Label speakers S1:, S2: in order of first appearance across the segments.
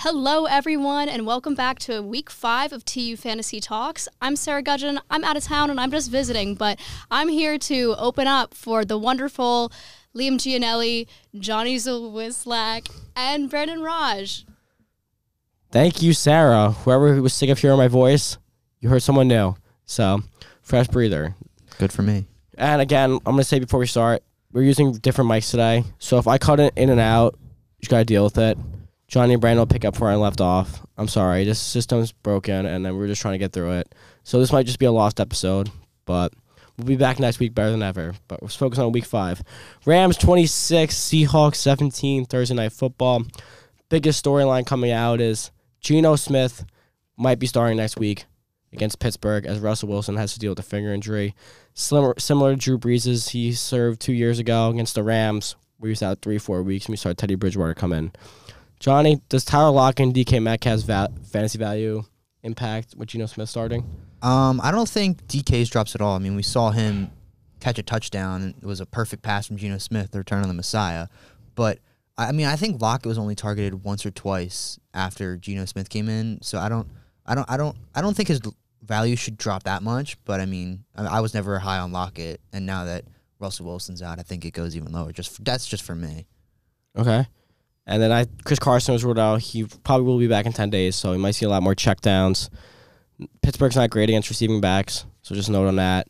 S1: Hello, everyone, and welcome back to week five of TU Fantasy Talks. I'm Sarah Gudgeon. I'm out of town and I'm just visiting, but I'm here to open up for the wonderful Liam Gianelli, Johnny Zwislak, and Brendan Raj.
S2: Thank you, Sarah. Whoever was sick of hearing my voice, you heard someone new. So, fresh breather.
S3: Good for me.
S2: And again, I'm gonna say before we start, we're using different mics today. So if I cut it in and out, you just gotta deal with it. Johnny and Brandon will pick up where I left off. I'm sorry, this system's broken, and then we're just trying to get through it. So this might just be a lost episode, but we'll be back next week better than ever. But let's focus on week five. Rams 26, Seahawks 17, Thursday night football. Biggest storyline coming out is Geno Smith might be starting next week against Pittsburgh as Russell Wilson has to deal with a finger injury. Similar, similar to Drew Brees's, he served two years ago against the Rams. We was out three, four weeks, and we saw Teddy Bridgewater come in. Johnny, does Tyler Lockett and DK Metcalf's val- fantasy value impact with Geno Smith starting?
S3: Um, I don't think DK's drops at all. I mean, we saw him catch a touchdown. and It was a perfect pass from Geno Smith, the return on the Messiah. But I I mean, I think Lockett was only targeted once or twice after Geno Smith came in. So I don't, I don't, I don't, I don't think his l- value should drop that much. But I mean, I, I was never high on Lockett, and now that Russell Wilson's out, I think it goes even lower. Just that's just for me.
S2: Okay. And then I Chris Carson was ruled out. He probably will be back in ten days, so we might see a lot more checkdowns. Pittsburgh's not great against receiving backs, so just note on that.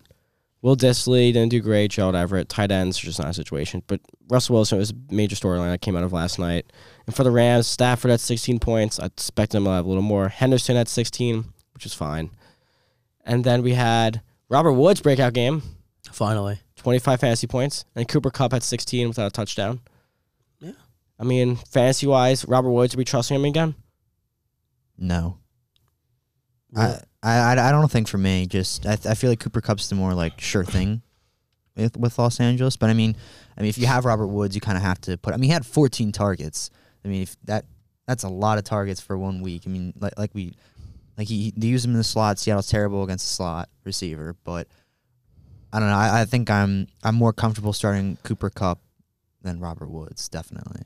S2: Will Disley didn't do great. Gerald Everett, tight ends are just not a situation. But Russell Wilson was a major storyline that came out of last night. And for the Rams, Stafford at 16 points. I expect them to have a little more. Henderson at 16, which is fine. And then we had Robert Woods breakout game,
S4: Finally.
S2: 25 fantasy points, and Cooper Cup had 16 without a touchdown.
S4: Yeah.
S2: I mean, fantasy wise, Robert Woods, are we trusting him again?
S3: No. I, I, I- I don't think for me. Just I, th- I feel like Cooper Cup's the more like sure thing with with Los Angeles. But I mean, I mean, if you have Robert Woods, you kind of have to put. I mean, he had 14 targets. I mean, if that that's a lot of targets for one week. I mean, like like we like he they use him in the slot. Seattle's terrible against the slot receiver, but I don't know. I, I think I'm I'm more comfortable starting Cooper Cup than Robert Woods. Definitely.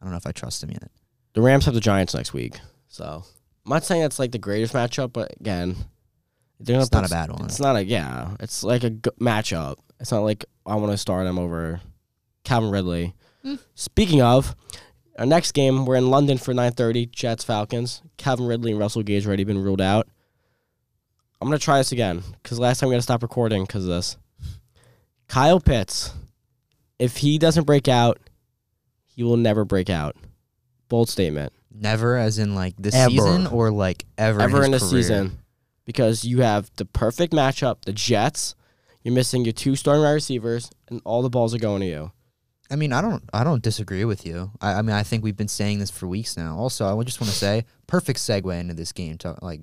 S3: I don't know if I trust him yet.
S2: The Rams have the Giants next week. So I'm not saying that's like the greatest matchup, but again, they're
S3: It's not a
S2: bad.
S3: bad one.
S2: It's not a yeah. It's like a g- matchup. It's not like I want to start him over Calvin Ridley.
S1: Mm.
S2: Speaking of our next game, we're in London for 9:30. Jets Falcons. Calvin Ridley and Russell Gage already been ruled out. I'm gonna try this again because last time we had to stop recording because of this. Kyle Pitts, if he doesn't break out, he will never break out. Bold statement.
S3: Never, as in like this
S4: Ever.
S3: season, or like ever,
S2: ever
S3: in,
S2: in a
S3: his career?
S2: season because you have the perfect matchup, the Jets. You're missing your two starting wide receivers, and all the balls are going to you.
S3: I mean, I don't, I don't disagree with you. I, I mean, I think we've been saying this for weeks now. Also, I would just want to say, perfect segue into this game, to, like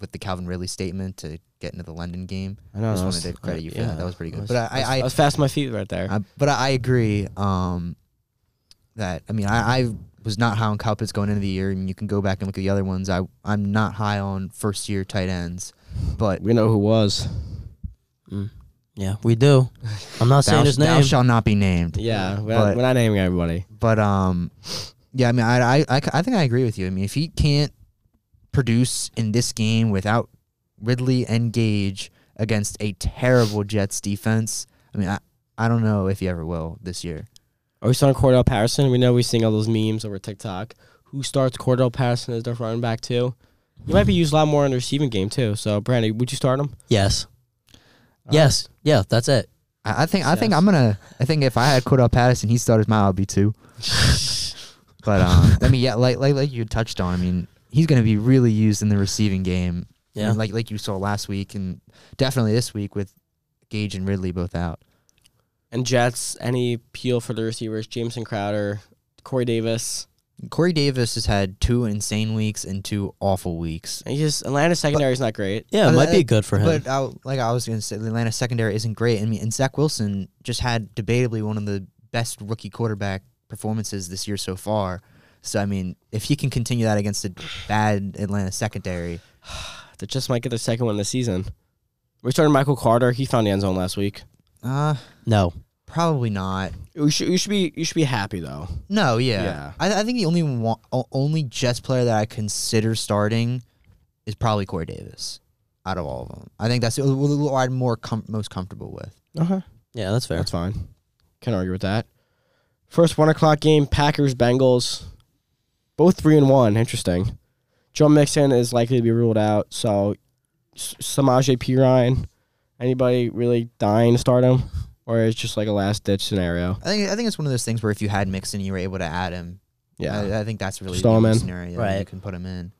S3: with the Calvin Ridley statement to get into the London game.
S2: I know.
S3: I just
S2: that
S3: wanted
S2: was-
S3: to credit you for
S2: uh, yeah.
S3: that. That was pretty
S2: I
S3: good.
S2: was-
S3: but I, I,
S2: I
S3: I,
S2: was fast my feet right there.
S3: I, but I agree. Um, that I mean, I, I was not high on Cowpits going into the year, and you can go back and look at the other ones. I, I'm not high on first year tight ends, but
S2: we know who was.
S4: Yeah, we do. I'm not
S3: thou,
S4: saying his
S3: thou
S4: name.
S3: shall not be named.
S2: Yeah, we're, not,
S3: But-
S2: we're not naming everybody.
S3: But um, yeah, I mean, I, I, I, I think I agree with you. I mean, if he can't produce in this game without Ridley and Gage against a terrible Jets defense, I mean, I, I don't know if he ever will this year.
S2: Are we starting Cordell Patterson? We know we're seeing all those memes over TikTok. Who starts Cordell Patterson as their running back too? He might be used a lot more in the receiving game too. So, Brandon, would you start him?
S4: yes.
S2: All
S4: yes. Yeah, that's it.
S3: I, I think I think
S2: Yes.
S3: I'm gonna. I think if I had Cordell Patterson, he started my RB two. but um, I mean, yeah, like like like you touched on. I mean, he's gonna be really used in the receiving game.
S4: Yeah.
S3: And like like you saw last week, and definitely this week with Gage and Ridley both out.
S2: And Jets, any peel for the receivers? Jameson Crowder, Corey Davis.
S3: Corey Davis has had two insane weeks and two awful weeks.
S2: And He just Atlanta's secondary is not great.
S4: yeah, it
S3: Uh,
S4: might be good for him.
S3: But I, like I was going to say, the Atlanta secondary isn't great. I mean, and Zach Wilson just had debatably one of the best rookie quarterback performances this year so far. So I mean, if he can continue that against a bad Atlanta secondary,
S2: They just might get their second one this season. We started Michael Carter. He found the end zone last week.
S3: uh,
S4: no.
S3: Probably not.
S2: You should, you should be you should be happy though.
S3: No, yeah.
S2: Yeah.
S3: I, I think the only one, o- only Jets player that I consider starting is probably Corey Davis. Out of all of them, I think that's the one I'm more com- most comfortable with.
S2: Okay.
S4: Yeah, that's fair.
S2: That's fine. Can't argue with that. First one o'clock game, Packers Bengals. Both three and one. Interesting. Joe Mixon is likely to be ruled out, so S- Samaje Perine. Anybody really dying to start him, or it's just like a last ditch scenario?
S3: I think I think it's one of those things where if you had Mixon, you were able to add him.
S2: Yeah.
S3: I, I think that's really
S2: Just throw
S3: the
S2: him
S3: only
S2: in.
S3: scenario that you
S4: Right.
S3: can put him in.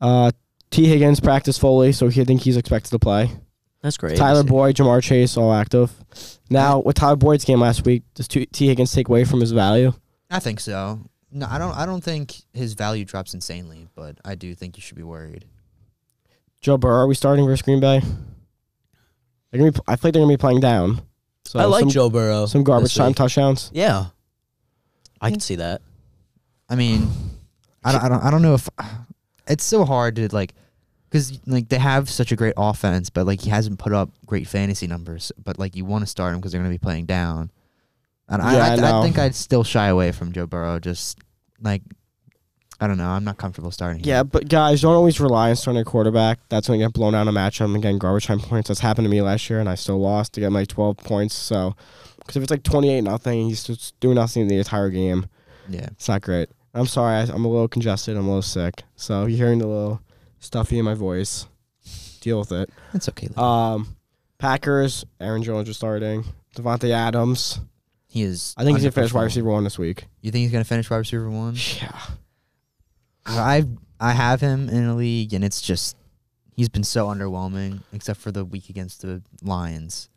S2: Uh, T Higgins practiced fully, so he, I think he's expected to play.
S4: That's great.
S2: Tyler Boyd, Jamar Chase, all active. Now with Tyler Boyd's game last week, does T T. Higgins take away from his value?
S3: I think so. No, I don't. I don't think his value drops insanely, but I do think you should be worried.
S2: Joe Burrow, are we starting versus Green Bay? They're gonna be, I think they're gonna be playing down. So
S4: I like
S2: some,
S4: Joe Burrow.
S2: some
S4: this
S2: garbage time
S4: week.
S2: touchdowns.
S4: Yeah. I can see that.
S3: I mean, I don't. I don't. I don't know if it's so hard to like, because like they have such a great offense, but like he hasn't put up great fantasy numbers. But like you want to start him because they're going to be playing down. And
S2: Yeah,
S3: I,
S2: I
S3: I, I,
S2: know.
S3: think I'd still shy away from Joe Burrow. Just like, I don't know. I'm not comfortable starting. him.
S2: Yeah, but guys, don't always rely on starting a quarterback. That's when you get blown out in a matchup and getting garbage time points. That's happened to me last year, and I still lost to get my 12 points. So, because if it's like 28 nothing, and he's just doing nothing the entire game,
S3: Yeah.
S2: it's not great. I'm sorry, I, I'm a little congested. I'm a little sick. So you're hearing the little stuffy in my voice. Deal with it.
S3: That's okay. Lou.
S2: Um, Packers, Aaron Jones is starting. Devontae Adams.
S3: he is.
S2: I think he's gonna finish wide
S3: underperforming.
S2: receiver one this week.
S3: You think he's gonna finish wide receiver one?
S2: Yeah.
S3: I I have him in a league, and it's just he's been so underwhelming, except for the week against the Lions.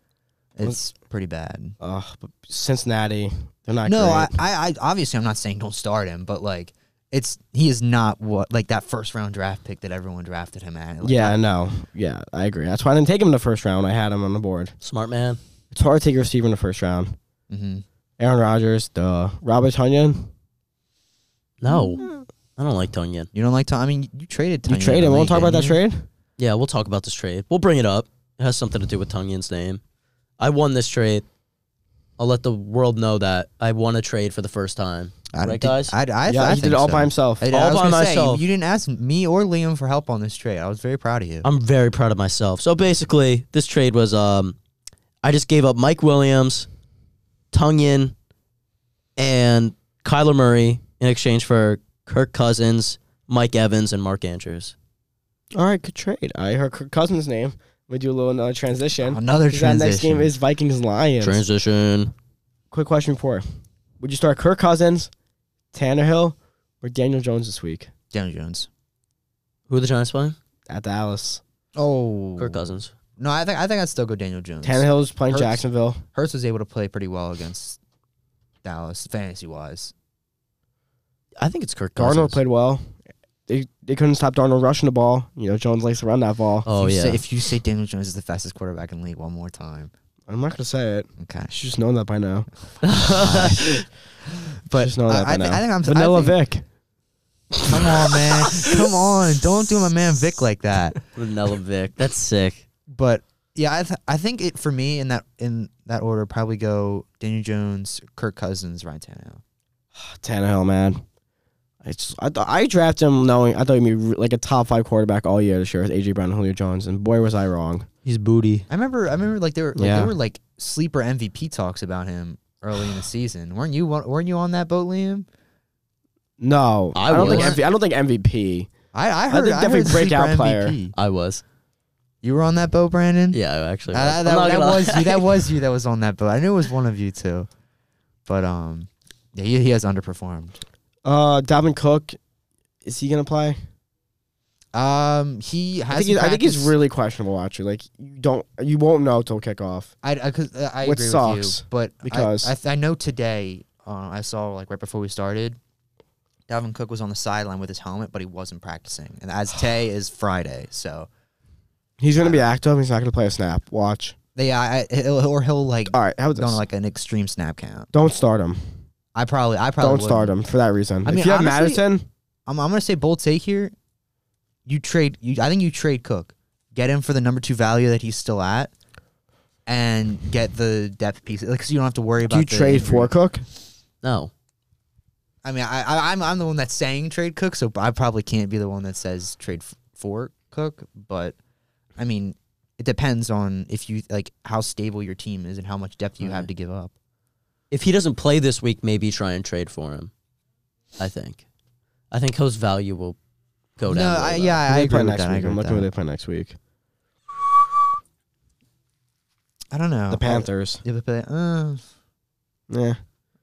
S3: It's pretty bad.
S2: Uh, but Cincinnati, they're not.
S3: no,
S2: great.
S3: I, I I obviously I'm not saying don't start him, but like it's he is not what like that first round draft pick that everyone drafted him at. Like,
S2: yeah, no. Yeah, I agree. That's why I didn't take him in the first round. I had him on the board.
S4: Smart man.
S2: It's hard to take a receiver in the first round.
S3: hmm
S2: Aaron Rodgers, duh. Robert Tunyon.
S4: No. I don't like Tonyan.
S3: You don't like Tom. I mean, you traded.
S2: You
S3: Tanyan
S2: trade him.
S3: in a
S2: We'll
S3: league,
S2: talk about that
S3: didn't you?
S2: trade.
S4: Yeah, we'll talk about this trade. We'll bring it up. It has something to do with Tunyan's name. I won this trade. I'll let the world know that I won a trade for the first time.
S3: I,
S4: Right,
S3: did-
S4: guys?
S3: I, I,
S2: yeah,
S3: I
S2: he did
S3: think
S2: it all
S3: so.
S2: by himself.
S3: I,
S4: All
S3: I was
S4: by
S3: gonna say,
S4: myself.
S3: you didn't ask me or Liam for help on this trade. I was very proud of you.
S4: I'm very proud of myself. So basically, this trade was um, I just gave up Mike Williams, Tunyon, and Kyler Murray in exchange for Kirk Cousins, Mike Evans, and Mark Andrews.
S2: all right, good trade. I heard Kirk Cousins' name. We do a little another transition.
S3: Another
S2: 'Cause That
S3: transition.
S2: next game is Vikings Lions.
S4: Transition.
S2: quick question for would you start Kirk Cousins, Tanner Hill, or Daniel Jones this week
S3: Daniel Jones.
S4: Who are the Giants playing?
S2: at Dallas?
S3: Oh,
S4: Kirk Cousins.
S3: No, I think I think I'd still go Daniel Jones.
S2: Tanner Hill is playing
S3: Hurts.
S2: Jacksonville.
S3: Hurst was able to play pretty well against Dallas, fantasy wise.
S4: I think it's Kirk Cousins.
S2: Darnold played well. They they couldn't stop Darnold rushing the ball. You know Jones likes to run that ball.
S4: Oh
S3: if you
S4: yeah.
S3: Say, if you say Daniel Jones is the fastest quarterback in the league one more time,
S2: I'm not gonna say it.
S3: okay.
S2: I should just known that by now.
S3: But
S2: just know that
S3: I,
S2: by
S3: I, thi-
S2: now.
S3: I think I'm
S2: Vanilla
S3: I think,
S2: Vic.
S3: Come on, man. Come on. Don't do my man Vic like that.
S4: Vanilla Vic. That's sick.
S3: But yeah, I th- I think it for me in that in that order probably go Daniel Jones, Kirk Cousins, Ryan Tannehill.
S2: Tanner Hill, Ah, man. I just I, th- I drafted him knowing I thought he'd be re- like a top five quarterback all year this year with AJ Brown and Julio Jones, and boy was I wrong.
S4: He's booty.
S3: I remember I remember like there were like,
S2: Yeah.
S3: there were like sleeper MVP talks about him early in the season. weren't you on- weren't you on that boat, Liam?
S2: No,
S4: I
S2: I, don't think
S4: was.
S2: MV, I don't think MVP.
S3: I, I heard
S2: think
S3: I
S2: definitely
S3: heard sleeper
S2: breakout player.
S3: MVP.
S4: I was.
S3: You were on that boat, Brandon.
S4: Yeah, I actually. Was.
S3: Uh,
S4: I'm
S3: that
S4: not
S3: that
S4: gonna
S3: was
S4: lie.
S3: you. That was you. That was on that boat. I knew it was one of you two, but um, yeah, he, he has underperformed.
S2: Uh, Dalvin Cook, is he gonna play?
S3: Um, he has.
S2: I think, he's, I think he's really questionable. Actually, like you don't, you won't know till kickoff.
S3: I I, 'cause, uh, I
S2: Which
S3: agree with
S2: sucks,
S3: you, but I-
S2: because-
S3: I, th- I know today uh, I saw like right before we started, Dalvin Cook was on the sideline with his helmet, but he wasn't practicing. And as today is Friday, so
S2: He's gonna be active. He's not gonna play a snap. Watch.
S3: yeah, I, I- he'll, or he'll like
S2: All right, how about
S3: go on
S2: this?
S3: like an extreme snap count.
S2: Don't start him.
S3: I probably I probably
S2: Don't
S3: wouldn't.
S2: start him for that reason.
S3: I
S2: if
S3: mean,
S2: you have
S3: honestly-
S2: Madison,
S3: I'm, I'm gonna say bold take here. You trade. You, I think you trade Cook. Get him for the number two value that he's still at, and get the depth piece because you don't have to worry about.
S2: Do you
S3: the
S2: trade
S3: injury.
S2: for Cook?
S4: No.
S3: I mean, I, I I'm I'm the one that's saying trade Cook, so I probably can't be the one that says trade f- for Cook. But I mean, it depends on if you like how stable your team is and how much depth you have
S4: Right.
S3: to give up.
S4: If he doesn't play this week, maybe try and trade for him. I think. I think Ho's value will go down.
S3: no,
S4: really
S3: I,
S4: low.
S3: yeah,
S2: Who
S3: I
S2: they play
S3: agree with
S2: next
S3: that. I
S2: week.
S3: agree
S2: I'm
S3: with
S2: looking who
S3: that.
S2: they play next week.
S3: I don't know
S2: The Panthers.
S3: Yeah, but- but, uh,
S2: Yeah.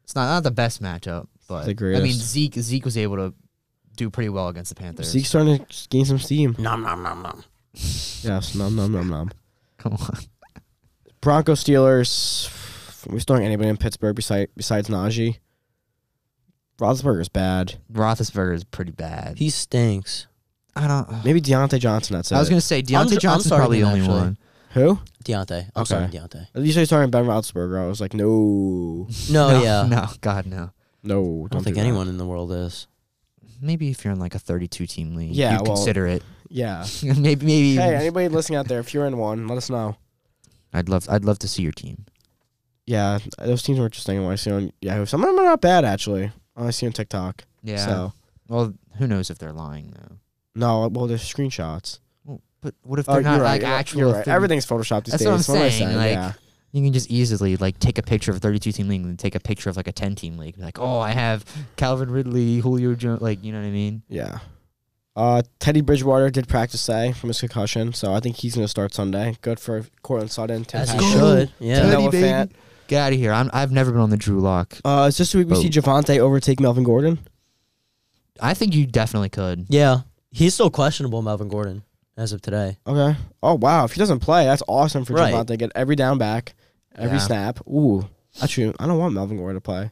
S3: it's not not the best matchup, but
S2: the
S3: I mean
S2: greatest.
S3: Zeke Zeke was able to do pretty well against the Panthers.
S2: Zeke's starting to gain some steam.
S4: Nom nom nom nom.
S2: Yes, nom nom nom nom.
S3: Come on,
S2: Broncos Steelers. We still don't have anybody in Pittsburgh besides besides Najee. Roethlisberger's bad.
S3: Roethlisberger is pretty bad.
S4: He stinks.
S3: I don't.
S2: Maybe Deontay Johnson. That's
S3: I was
S2: it.
S3: gonna say
S4: I'm- I'm
S3: Deontay Johnson's
S4: starting
S3: probably the
S4: him,
S3: only
S4: actually.
S3: one.
S2: Who?
S4: Deontay. I'm
S2: Okay.
S4: sorry, Deontay.
S2: You started talking Ben Roethlisberger. I was like, no,
S4: No, yeah.
S3: no, God, no.
S2: no.
S4: I don't
S2: do
S4: think
S2: that.
S4: anyone in the world is.
S3: Maybe if you're in like a 32 team league,
S2: Yeah,
S3: you
S2: well-
S3: consider it.
S2: Yeah.
S3: maybe, maybe.
S2: Hey, anybody listening out there, if you're in one, let us know.
S3: I'd love, I'd love to see your team.
S2: Yeah, those teams were interesting. I see on Yahoo. Some of them are not bad actually. I see on TikTok.
S3: Yeah.
S2: So
S3: Well, who knows if they're lying though?
S2: no, well, there's screenshots.
S3: Well, but what if
S2: Oh,
S3: they're
S2: you're
S3: not
S2: right,
S3: like
S2: you're right,
S3: actual?
S2: You're right.
S3: thing-
S2: Everything's photoshopped these
S3: That's
S2: days.
S3: what I'm
S2: am I
S3: saying,
S2: saying?
S3: like-
S2: yeah.
S3: You can just easily like take a picture of a 32 team league and take a picture of like a 10 team league. Like, oh, I have Calvin Ridley, Julio Jones. Like, you know what I mean?
S2: Yeah. Uh, Teddy Bridgewater did practice today from his concussion, so I think he's going to start Sunday. Good for Cortland Sutton. Tim
S4: As he
S2: Patrick.
S3: Go,
S4: should.
S2: Teddy,
S4: Yeah.
S2: Noah
S3: baby.
S2: Fant.
S3: Get out of here. I'm, I've never been on the Drew Lock.
S2: Uh, is this week we see Javante overtake Melvin Gordon?
S3: I think you definitely could.
S4: Yeah. He's still questionable, Melvin Gordon, as of today.
S2: Okay. Oh wow! If he doesn't play, that's awesome for
S4: Right.
S2: Javante. Get every down back, every
S3: Yeah.
S2: snap. Ooh, actually, I don't want Melvin Gordon to play.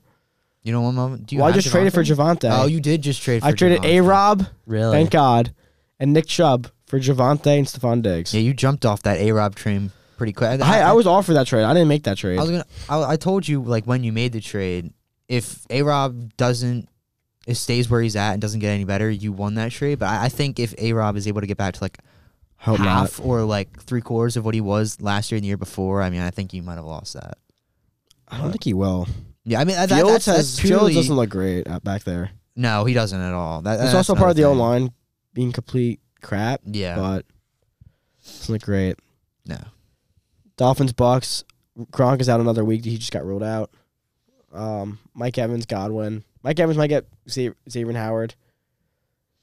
S3: You know what, Melvin? Do you
S2: well, I
S3: have
S2: just traded for
S3: Javante?
S2: Javante.
S3: Oh, you did just trade. for
S2: I traded
S3: Javante.
S2: A Rob,
S4: Really?
S2: thank God, and Nick Chubb for Javante and Stephon Diggs.
S3: Yeah, you jumped off that A Rob train pretty quick.
S2: I, I was all for that trade. I didn't make that trade.
S3: I was gonna. I, I told you like when you made the trade, if A Rob doesn't, it stays where he's at and doesn't get any better, you won that trade. But I, I think if A Rob is able to get back to like
S2: Hope not.
S3: half or like three quarters of what he was last year and the year before, I mean, I think you might have lost that.
S2: I don't think he will.
S3: Yeah, I mean, that,
S2: Fields,
S3: that's,
S2: has,
S3: that's
S2: Fields
S3: purely.
S2: doesn't look great out back there.
S3: no, he doesn't at all. That,
S2: It's
S3: that's
S2: also part of the O
S3: another thing.
S2: line being complete crap,
S3: Yeah.
S2: but doesn't look great.
S3: no.
S2: Dolphins Bucks. Gronk is out another week. He just got ruled out. Um, Mike Evans, Godwin. Mike Evans might get Xav- Xavier Howard.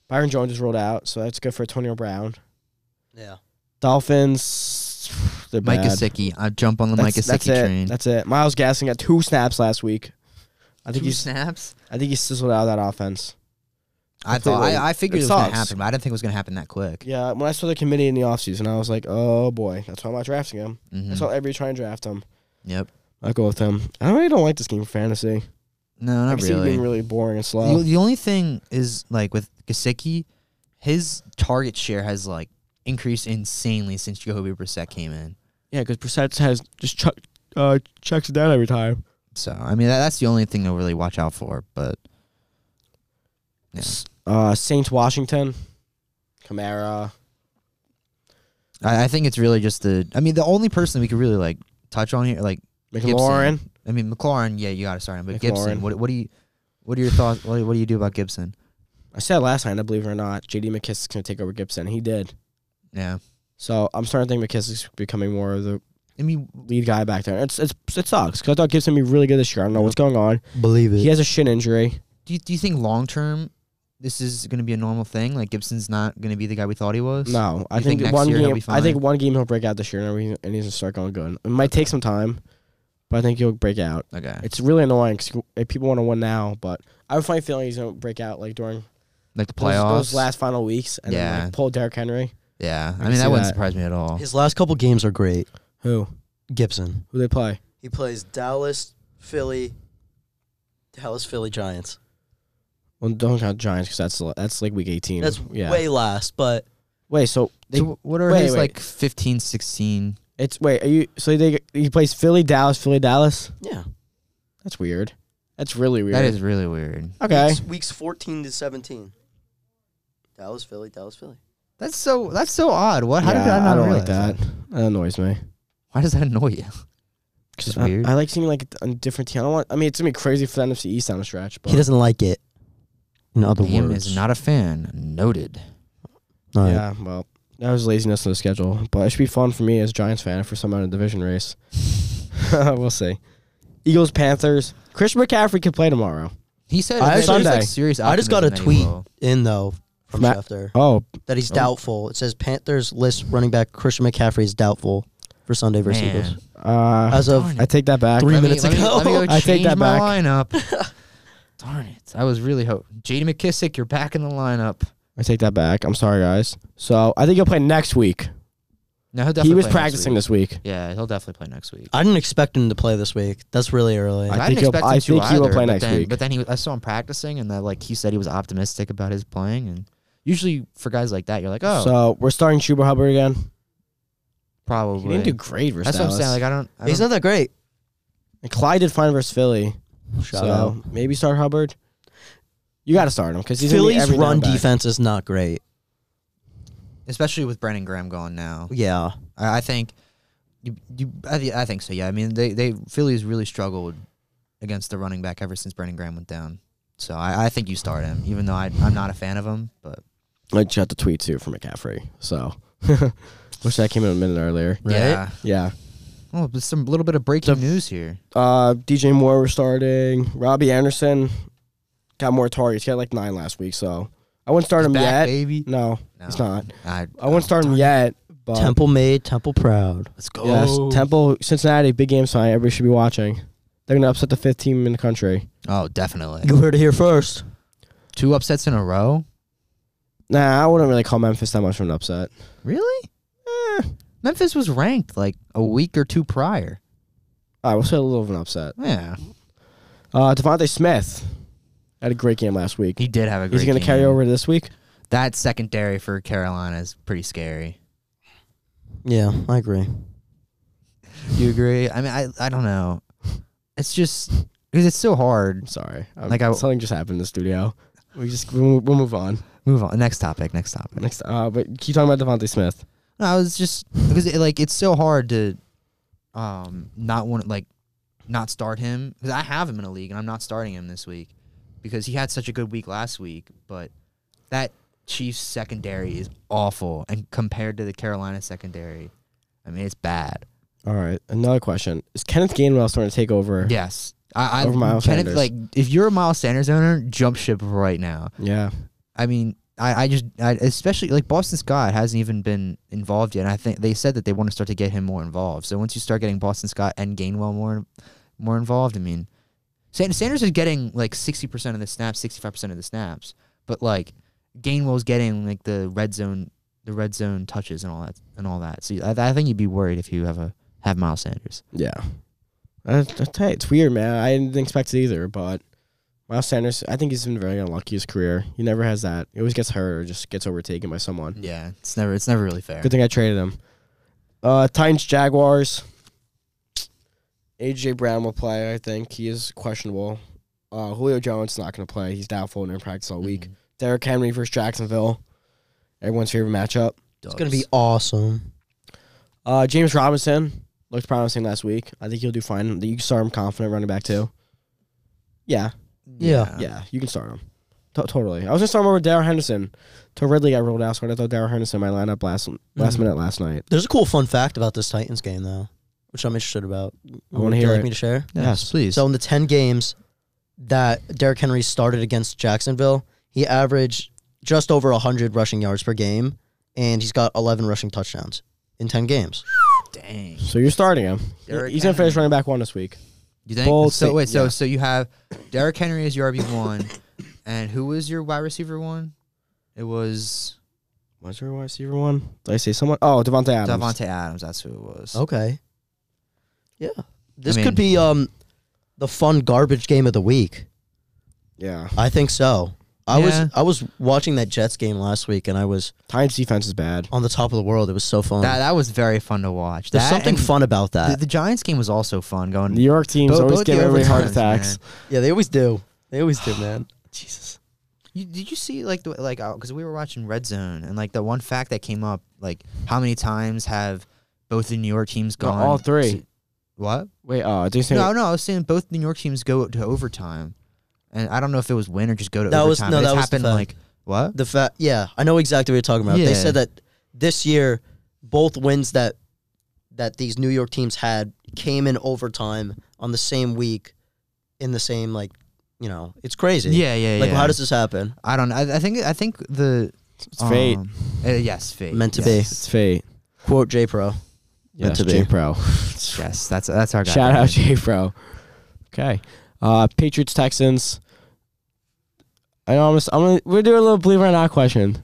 S2: Byron Jones is ruled out, so that's good for Antonio Brown.
S4: Yeah.
S2: Dolphins. They're
S3: Mike
S2: bad.
S3: Gesicki. I jump on the
S2: That's,
S3: Mike
S2: that's
S3: Gesicki
S2: it.
S3: train.
S2: That's it. Miles Gaskin got two snaps last week. I think
S3: Two
S2: he's.
S3: snaps.
S2: I think he sizzled out of that offense.
S3: I thought
S2: Completely.
S3: I, I figured
S2: It
S3: it, was gonna
S2: sucks.
S3: happen, but I didn't think it was gonna happen that quick.
S2: Yeah, when I saw the committee in the offseason, I was like, oh boy, that's why I'm not drafting him.
S3: Mhm.
S2: That's why everybody trying to draft him.
S3: Yep.
S2: I go with him. I really don't like this game for fantasy.
S3: No,
S2: I
S3: not
S2: can see it
S3: really.
S2: being really boring and slow.
S3: The, the only thing is like with Gasicki, his target share has like increased insanely since Jacoby Brissett came in.
S2: Yeah, because Brissett has just chuck, uh, checks it down every time.
S3: So I mean that, that's the only thing to really watch out for. But yeah.
S2: Uh, Saints Washington, Kamara.
S3: I, I think it's really just the. I mean the only person we could really like touch on here, like
S2: McLaurin.
S3: I mean McLaurin, yeah, you got to start him, but
S2: McLaurin.
S3: Gibson, what what do you, what are your thoughts? What, do- what do you do about Gibson?
S2: I said last night, I believe it or not, J.D. McKissick's going to take over Gibson. He did.
S3: Yeah,
S2: So I'm starting to think McKissick's becoming more of the
S3: I mean
S2: lead guy back there. It's, it's It sucks because I thought Gibson would be really good this year. I don't know what's going on.
S4: Believe it.
S2: He has a shin injury.
S3: do you, do you think long term this is going to be a normal thing? Like Gibson's not going to be the guy we thought he was.
S2: No, I
S3: You
S2: think,
S3: think next
S2: one
S3: year he'll
S2: game.
S3: be
S2: I think
S3: fine?
S2: one game he'll break out this year, and he- and he's gonna start going good. It might take some time, but I think he'll break out.
S3: Okay.
S2: It's really annoying because people want to win now, but I have a funny feeling he's gonna break out like during
S3: like the
S2: those,
S3: playoffs.
S2: those last final weeks, and then
S3: Yeah.
S2: like, pull Derrick Henry.
S3: yeah,
S2: I
S3: I,
S2: can
S3: mean
S2: see
S3: that wouldn't
S2: that.
S3: surprise me at all.
S4: His last couple games are great.
S2: Who?
S4: Gibson.
S2: Who they play?
S4: He plays Dallas, Philly, Dallas, Philly Giants.
S2: Well, don't count Giants because that's the- that's like week eighteen.
S4: That's
S2: yeah.
S4: way last, but
S2: wait. So they,
S3: so what are
S2: wait,
S3: his
S2: wait.
S3: like 15, 16?
S2: it's wait. Are you so they he plays Philly, Dallas, Philly, Dallas?
S4: yeah.
S2: That's weird. That's really weird.
S3: That is really weird.
S2: okay.
S4: weeks 14 to 17. Dallas, Philly, Dallas, Philly.
S3: That's so that's so odd. What? How
S2: yeah,
S3: did I not
S2: don't
S3: realize
S2: like that. That annoys me.
S3: Why does that annoy you? It's just
S2: I,
S3: weird.
S2: I like seeing like a different team. I don't want. I mean, it's gonna be crazy for the NFC East down the stretch. But
S4: He doesn't like it. In other
S3: Liam
S4: words,
S3: is not a fan. Noted.
S4: All right.
S2: Yeah, well, that was laziness in the schedule, but it should be fun for me as a Giants fan for some out of division race. we'll see. Eagles, Panthers. Christian McCaffrey could play tomorrow.
S3: He said
S4: I
S3: that there's,
S4: actually-
S3: like, serious
S4: I just got a
S3: optimism that he
S4: tweet
S3: will.
S4: in though from
S2: Matt-
S4: Schefter
S2: Oh,
S4: that he's doubtful. It says Panthers list running back Christian McCaffrey is doubtful for Sunday versus
S3: Man.
S4: Eagles.
S2: uh,
S4: As of
S3: Darn
S2: I take that back.
S4: Three
S3: Let me-
S4: minutes
S3: let me-
S4: ago.
S3: let me go
S2: I take
S3: change
S2: that
S3: my
S2: back.
S3: lineup. Darn it! I was really hoping. J.D. McKissick, you're back in the lineup.
S2: I take that back. I'm sorry, guys. So I think he'll play next week.
S3: No, he'll definitely
S2: he was
S3: play next
S2: practicing
S3: week.
S2: this week.
S3: Yeah, he'll definitely play next week.
S4: I didn't expect him to play this week. That's really early.
S2: I
S3: I,
S2: think
S3: didn't
S2: he'll-
S3: expect
S2: I
S3: him to
S2: think he
S3: either,
S2: will play
S3: but
S2: next
S3: then,
S2: week.
S3: But then he, I saw him practicing, and that like he said, he was optimistic about his playing. And usually for guys like that, you're like, oh,
S2: So we're starting Chuba Hubbard again.
S3: probably.
S2: He didn't do great versus
S3: That's what I'm saying.
S2: Dallas.
S3: Like I don't. I
S4: he's
S3: don't-
S4: not that great.
S2: and Clyde did fine versus Philly.
S4: Shout
S2: so
S4: out.
S2: maybe start Hubbard. You got to start him because he's gonna be
S4: Philly's
S2: every
S4: run
S2: down back.
S4: defense is not great.
S3: especially with Brandon Graham gone now.
S4: Yeah.
S3: I, I think. You, you, I, thi- I think so. Yeah. I mean, they they Philly's really struggled against the running back ever since Brandon Graham went down. So I, I think you start him, even though I, I'm not a fan of him. But
S2: I just got the tweet too from McCaffrey. So wish that came in a minute earlier.
S4: Right?
S3: yeah,
S2: Yeah.
S3: well, there's some little bit of breaking news here.
S2: Uh, DJ Moore was starting. Robbie Anderson got more targets. He had like nine last week, so I wouldn't start
S3: He's
S2: him
S3: back,
S2: yet.
S3: baby. Oh,
S2: No,
S3: No,
S2: he's not.
S3: I,
S2: I wouldn't start him yet. But
S4: Temple made, Temple proud.
S3: Let's go.
S2: yes, Temple, Cincinnati, big game sign. Everybody should be watching. They're gonna upset the fifth team in the country.
S3: Oh, definitely.
S4: You heard it here first.
S3: Two upsets in a row.
S2: Nah, I wouldn't really call Memphis that much of an upset.
S3: Really? Eh. Memphis was ranked like a week or two prior.
S2: All right, we'll say a little of an upset.
S3: Yeah,
S2: Uh, Devontae Smith had a great game last week.
S3: he did have a. Great
S2: He's gonna carry
S3: game.
S2: over to this week.
S3: That secondary for Carolina is pretty scary.
S4: Yeah, I agree.
S3: You agree? I mean, I I don't know. It's just because it's so hard.
S2: I'm sorry. Um,
S3: Like I-
S2: something just happened in the studio. We just we'll, we'll move on.
S3: Move on. Next topic. Next topic.
S2: Next, uh, but keep talking about Devontae Smith.
S3: No, I was just because it, like it's so hard to um not want like not start him because I have him in a league and I'm not starting him this week because he had such a good week last week, but that Chiefs secondary is awful and compared to the Carolina secondary, I mean it's bad.
S2: All right, another question: Is Kenneth Gainwell starting to take over?
S3: Yes. I, I
S2: Over Miles
S3: Kenneth,
S2: Sanders.
S3: like if you're a Miles Sanders owner, jump ship right now.
S2: Yeah.
S3: I mean, I, I just, I, especially like Boston Scott hasn't even been involved yet. And I think they said that they want to start to get him more involved. So once you start getting Boston Scott and Gainwell more, more involved, I mean, San- Sanders is getting like sixty percent of the snaps, sixty-five percent of the snaps, but like Gainwell's getting like the red zone, the red zone touches and all that, and all that. So I, I think you'd be worried if you have a have Miles Sanders.
S2: Yeah. I, I tell you, it's weird, man. I didn't expect it either, but Miles Sanders, I think he's been very unlucky his career. He never has that. He always gets hurt or just gets overtaken by someone.
S3: Yeah, it's never, it's never really fair.
S2: Good thing I traded him. Uh, Titans Jaguars. AJ Brown will play. I think he is questionable. Uh, Julio Jones not going to play. He's doubtful and in practice
S3: Mm-hmm.
S2: all week. Derrick Henry versus Jacksonville. Everyone's favorite matchup.
S4: It's going to be awesome.
S2: Uh, James Robinson looked promising last week. I think he'll do fine. You can start him confident running back too. Yeah,
S4: Yeah.
S2: yeah, you can start him. To- totally. I was gonna start him over Darrell Henderson. Till Ridley got rolled out, so I thought Darrell Henderson might line up last last
S4: Mhm.
S2: minute last night.
S4: There's a cool fun fact about this Titans game though, which I'm interested about.
S2: wanna
S4: Would you
S2: hear
S4: like
S2: it.
S4: me to share?
S3: Yes, please.
S4: So in the ten games that Derrick Henry started against Jacksonville, he averaged just over hundred rushing yards per game, and he's got eleven rushing touchdowns in ten games.
S3: dang.
S2: So you're starting him.
S3: Derrick
S2: He's gonna finish
S3: Henry.
S2: running back one this week.
S3: You think?
S2: Bold
S3: so
S2: sta-
S3: wait, so
S2: yeah.
S3: so you have Derrick Henry as your RB one, and who was your wide receiver one? It was
S2: Was there a wide receiver one? Did I say someone? Oh, Devontae Adams. Oh,
S3: Davante Adams. That's who it was.
S4: Okay. Yeah. This
S3: mean-
S4: could be um the fun garbage game of the week.
S2: Yeah.
S4: I think so. I
S3: Yeah.
S4: was I was watching that Jets game last week and I was
S2: Titans defense is bad.
S4: on the top of the world. It was so fun.
S3: That that was very fun to watch.
S4: There's
S3: That
S4: something
S3: and
S4: fun about that.
S3: The, the Giants game was also fun. Going
S2: New York teams
S3: Bo-
S2: always
S3: both
S2: give
S3: the
S2: everybody heart
S3: overtimes,
S2: attacks.
S4: Yeah, they always do. They always do, man. Jesus.
S3: You, did you see like the like uh, because we were watching Red Zone and like the one fact that came up like how many times have both the New York teams
S2: No,
S3: gone.
S2: all three.
S3: So- What?
S2: Wait, oh, I think
S3: No, no. I was saying both New York teams go to overtime, and I don't know if it was win or just go to
S4: That was-
S3: overtime.
S4: no,
S3: but it's
S4: that was the
S3: happened like
S4: fact.
S3: what?
S4: The fact, yeah, I know exactly what you're talking about. They
S3: Yeah.
S4: said that this year, both wins that that these New York teams had came in overtime on the same week, in the same like, you know, it's crazy.
S3: Yeah, yeah,
S4: Like,
S3: yeah.
S4: how does this happen?
S3: I don't. know. I, I think. I think the
S2: it's fate.
S3: um, uh, yes, fate.
S4: Meant to
S3: yes.
S2: It's fate.
S4: Quote J Pro.
S2: Yes,
S4: to be.
S2: J Pro.
S3: Yes, that's that's our guy.
S2: Shout out J Pro. Okay. Uh Patriots Texans. I know I'm, just, I'm gonna we're doing a little believe it or not question.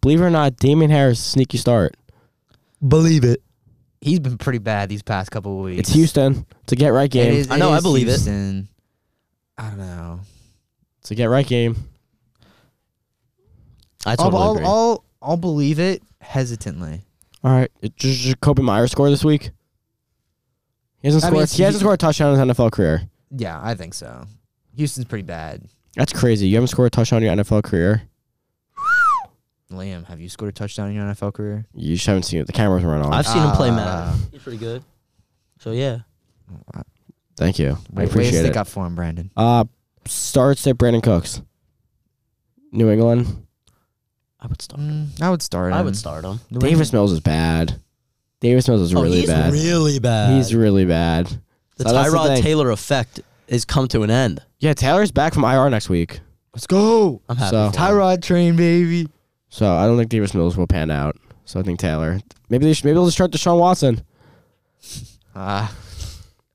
S2: Believe it or not, Damon Harris sneaky start.
S4: Believe it.
S3: He's been pretty bad these past couple of weeks.
S2: It's Houston. It's a get right
S3: It
S2: game.
S3: is-
S4: I know,
S3: it
S4: I
S3: is
S4: believe it.
S3: Houston. I don't know.
S2: It's a get right game.
S4: I
S3: I'll,
S4: totally
S3: I'll,
S4: agree.
S3: I'll, I'll believe it hesitantly.
S2: All right. Did J- J- Jacoby Myers score this week? He hasn't
S3: I mean,
S2: scored.
S3: it's-
S2: he hasn't
S3: he-
S2: scored a touchdown in his NFL career.
S3: Yeah, I think so. Houston's pretty bad.
S2: That's crazy. You haven't scored a touchdown in your NFL career.
S3: Liam, have you scored a touchdown in your NFL career?
S2: You just haven't seen it. The cameras weren't on.
S4: I've seen him play,
S3: Ah.
S4: man. He's pretty good. So yeah,
S3: Uh,
S2: Thank you. I
S3: Way- way to
S2: appreciate
S3: stick
S2: it.
S3: up for him, Brandon.
S2: Uh, starts at Brandon Cooks. New England.
S4: I would start.
S3: Mm, I would start him.
S4: I would start him.
S3: The way-
S2: Davis Mills is bad. Davis Mills is really
S4: Oh, he's
S2: bad.
S4: Really bad.
S2: He's really bad.
S4: the
S2: so that's the
S4: Tyrod
S2: thing.
S4: Taylor effect has come to an end.
S2: Yeah, Taylor's back from IR next week.
S3: Let's go.
S4: I'm happy.
S2: So-
S4: for him.
S3: Tyrod train, baby.
S2: So I don't think Davis Mills will pan out. So I think Taylor. Maybe they should, maybe they'll just start Deshaun Watson.
S3: Ah,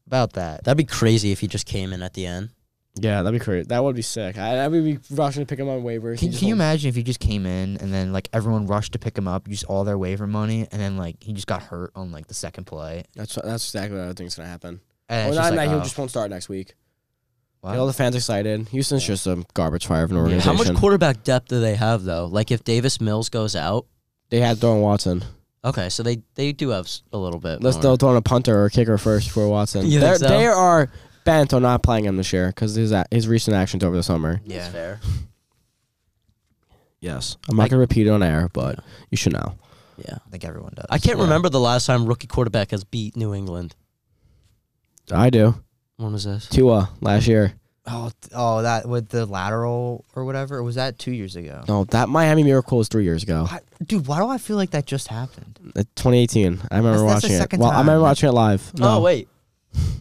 S3: about that.
S4: That'd be crazy if he just came in at the end.
S2: Yeah, that'd be crazy. That would be sick. I, I would be rushing to pick him on waivers.
S3: Can, can you imagine if he just came in and then like everyone rushed to pick him up, used all their waiver money, and then like he just got hurt on like the second play?
S2: That's that's exactly what I think is gonna happen. Well,
S3: And it's
S2: not
S3: just
S2: that
S3: like,
S2: he'll
S3: oh,
S2: just won't start next week.
S3: wow.
S2: All the fans excited. Houston's just a garbage fire of an
S3: Yeah.
S2: organization.
S4: How much quarterback depth do they have though? Like if Davis Mills goes out,
S2: they had throwing Watson.
S4: okay, so they they do have s- a little bit.
S2: Unless
S4: more.
S2: they'll throw in a punter or a kicker first before Watson.
S4: You
S2: They're-
S4: think so?
S2: They are bent on not playing him this year because his a- his recent actions over the summer.
S4: That's
S3: Yeah.
S4: fair.
S2: Yes, I'm not gonna repeat it on air, but you should know.
S4: Yeah,
S3: I think everyone does.
S4: I can't
S2: Yeah.
S4: remember the last time rookie quarterback has beat New England.
S2: I do.
S4: When was this?
S2: Tua last year.
S3: Oh, th- oh, that with the lateral or whatever. Or was that two years ago?
S2: No, that Miami Miracle was three years ago.
S3: Why- dude, why do I feel like that just happened?
S2: Uh, 2018. I remember
S3: That's- that's the
S2: watching it.
S3: second
S2: Well, I remember
S3: time.
S2: watching it live. No,
S4: Oh wait,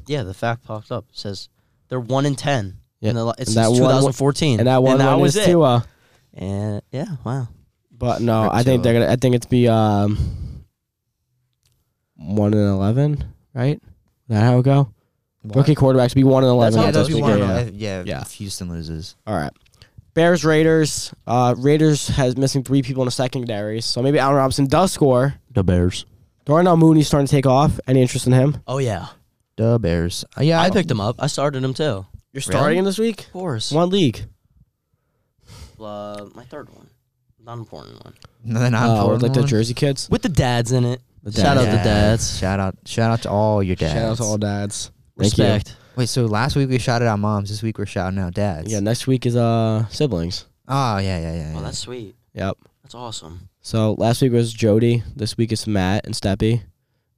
S4: yeah, the fact popped up. It says they're one in ten.
S2: Yeah,
S4: in the, la- it's
S2: and that
S4: since
S2: one-
S4: 2014,
S2: and that one, one
S4: was
S2: is
S4: it.
S2: Tua.
S4: And yeah, wow.
S2: But no,
S3: Or
S2: I think
S3: Tua.
S2: they're gonna. I think it's be um one and eleven, right? Is that how it go? Rookie quarterbacks be one and
S4: That's
S2: eleven.
S4: how
S3: Yeah,
S4: it
S3: that'd
S4: does
S3: be
S4: Yeah,
S3: one.
S2: Yeah.
S3: Yeah. Yeah,
S2: Yeah.
S3: If Houston loses.
S2: All right. Bears Raiders. Uh, Raiders has missing three people in the secondary, so maybe Allen Robinson does score.
S4: The Bears.
S2: Darnell Mooney's starting to take off. Any interest in him?
S4: Oh yeah,
S3: The Bears. Uh, yeah,
S2: Oh.
S4: I picked him up. I started him too.
S2: You're
S3: Really?
S2: starting him this week.
S4: Of course.
S2: One league.
S4: Uh, my third one, non important one.
S3: No, they're not
S2: Oh,
S3: important
S2: like the
S3: ones.
S2: Jersey kids.
S4: With the dads in it. Shout
S2: dads.
S4: out the dads.
S3: Shout out! Shout out to all your dads.
S2: Shout out to all dads. Thank you.
S4: Respect.
S3: Wait, so last week we shouted out moms. This week we're shouting out dads.
S2: Yeah. Next week is uh siblings.
S3: Oh yeah, yeah, yeah. yeah.
S4: Well, that's sweet.
S2: Yep.
S4: That's awesome.
S2: So last week was Jody. This week is Matt and Steppy.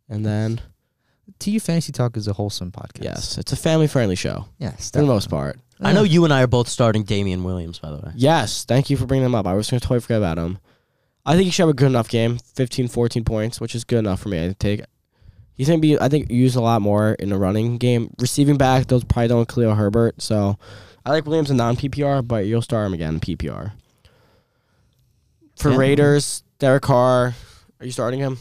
S2: And then
S3: TU Fantasy Talk is a wholesome podcast.
S2: yes, it's a family friendly show
S3: Yes.
S2: for the
S3: definitely.
S2: most part.
S4: I know you and I are both starting Damian Williams, by the way.
S2: Yes, thank you for bringing them up. I was going to totally forget about him. I think he should have a good enough game, 15, 14 points, which is good enough for me. I take. He's going to be, I think, used a lot more in the running game. Receiving back, those probably don't with Khalil Herbert. So I like Williams in non PPR, but you'll start him again in PPR. For
S3: Yeah.
S2: Raiders, Derek Carr, are you starting him?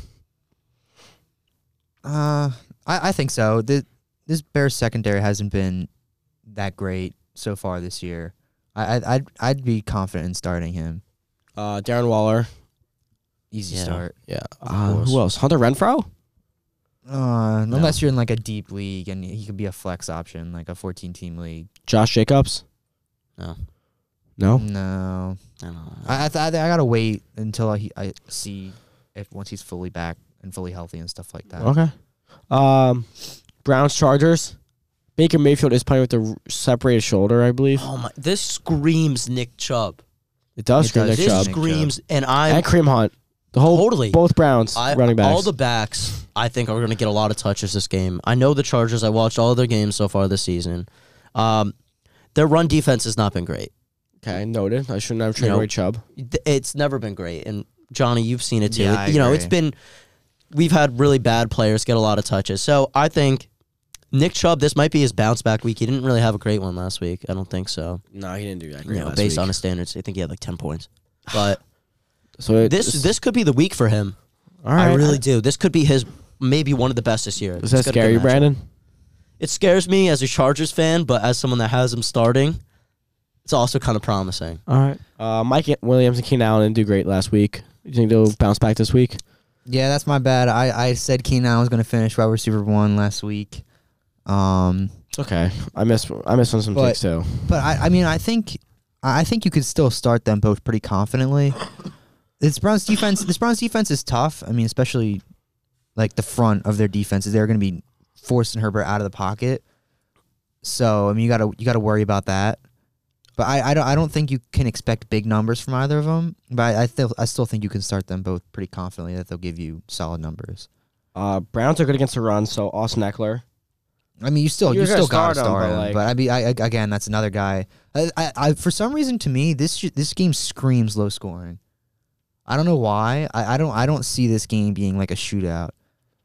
S3: Uh, I, I think so. The, this Bears secondary hasn't been that great so far this year. I, I I'd I'd be confident in starting him.
S2: Uh, Darren Waller.
S3: Easy
S4: Yeah.
S3: start.
S2: Yeah.
S4: Of
S2: Uh,
S4: course.
S2: who else? Hunter Renfro?
S3: Uh, unless you're in like a deep league and he could be a flex option, like a 14 team league.
S2: Josh Jacobs?
S4: No.
S2: No?
S3: No,
S4: I don't know.
S3: I I, th- I gotta wait until I I see if once he's fully back and fully healthy and stuff like that.
S2: Okay. Um, Browns Chargers. Baker Mayfield is playing with the r- separated shoulder, I believe.
S4: oh my! This screams Nick Chubb.
S2: It does
S3: It
S2: scream Nick
S3: does.
S4: this
S2: Chubb
S3: Nick
S4: screams, and I
S2: and Cream Hunt. The whole
S4: Totally.
S2: both Browns
S4: I,
S2: running backs.
S4: All the backs, I think, are going to get a lot of touches this game. I know the Chargers. I watched all their games so far this season. Um, their run defense has not been great.
S2: okay, noted. I shouldn't have traded
S4: You know,
S2: away Chubb.
S4: Th- It's never been great. And Johnny, you've seen it too.
S3: Yeah, I
S4: you know, it's
S3: agree.
S4: been. We've had really bad players get a lot of touches. So I think Nick Chubb, this might be his bounce back week. He didn't really have a great one last week. I don't think so.
S2: No, he didn't do that.
S4: You know, based on his standards, I think he had like ten points. But
S2: so it-
S4: this
S2: it's-
S4: this could be the week for him.
S2: all right.
S4: I really do. This could be his maybe one of the best this year.
S2: Does that
S4: It's got a good
S2: scare you,
S4: matchup.
S2: Brandon?
S4: It scares me as a Chargers fan, but as someone that has him starting, it's also kind of promising.
S2: All right. Uh, Mike Williams and Keenan Allen didn't do great last week. You think they'll bounce back this week?
S3: Yeah, that's my bad. I, I said Keenan Allen was going to finish wide receiver one last week. Um,
S2: It's okay. I miss I miss on some
S3: But-
S2: takes too.
S3: but I, I mean, I think I I think you could still start them both pretty confidently. This Browns defense, this Browns defense is tough. I mean, especially like the front of their defense is they're going to be forcing Herbert out of the pocket. So I mean, you gotta you gotta worry about that. But I, I don't I don't think you can expect big numbers from either of them. But I I, still I still think you can start them both pretty confidently that they'll give you solid numbers.
S2: Uh, Browns are good against the run, so Austin Eckler.
S3: I mean, you still
S2: You're
S3: you
S2: gonna
S3: still gotta
S2: start 'em,
S3: start
S2: but,
S3: him,
S2: like-
S3: but I mean, I, I, again, that's another guy. I, I, I, for some reason, to me, this sh- this game screams low scoring. I don't know why. I, I don't I don't see this game being like a shootout.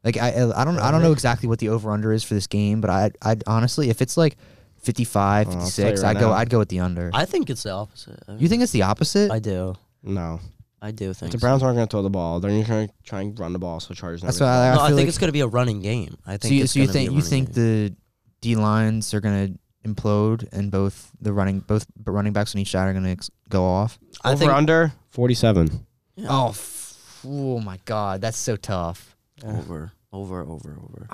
S3: Like I I I don't I don't know exactly what the over under is for this game, but I I honestly, if it's like 55,
S2: Oh, I'll tell you
S3: 56,
S2: right
S3: I'd go
S2: now.
S3: I'd go with the under.
S4: I think it's the opposite. I
S3: you think it's the opposite?
S4: I do.
S2: No,
S4: I do think
S2: the Browns aren't going to throw the ball. They're going to try and run the ball. So Chargers. Never
S3: That's
S2: get
S3: why
S2: the ball.
S4: So.
S3: I,
S4: No, I
S3: feel
S4: think
S3: like
S4: it's going to be a running game. I think.
S3: so you,
S4: it's
S3: so you
S4: gonna be
S3: think
S4: a
S3: you
S4: running
S3: think
S4: game.
S3: the D lines are gonna implode and both the running both running backs on each side are gonna ex- go off.
S4: I
S2: Over
S4: think
S2: under forty seven.
S4: Yeah.
S3: Oh, f- oh my God, that's so tough.
S4: over, over, over, over.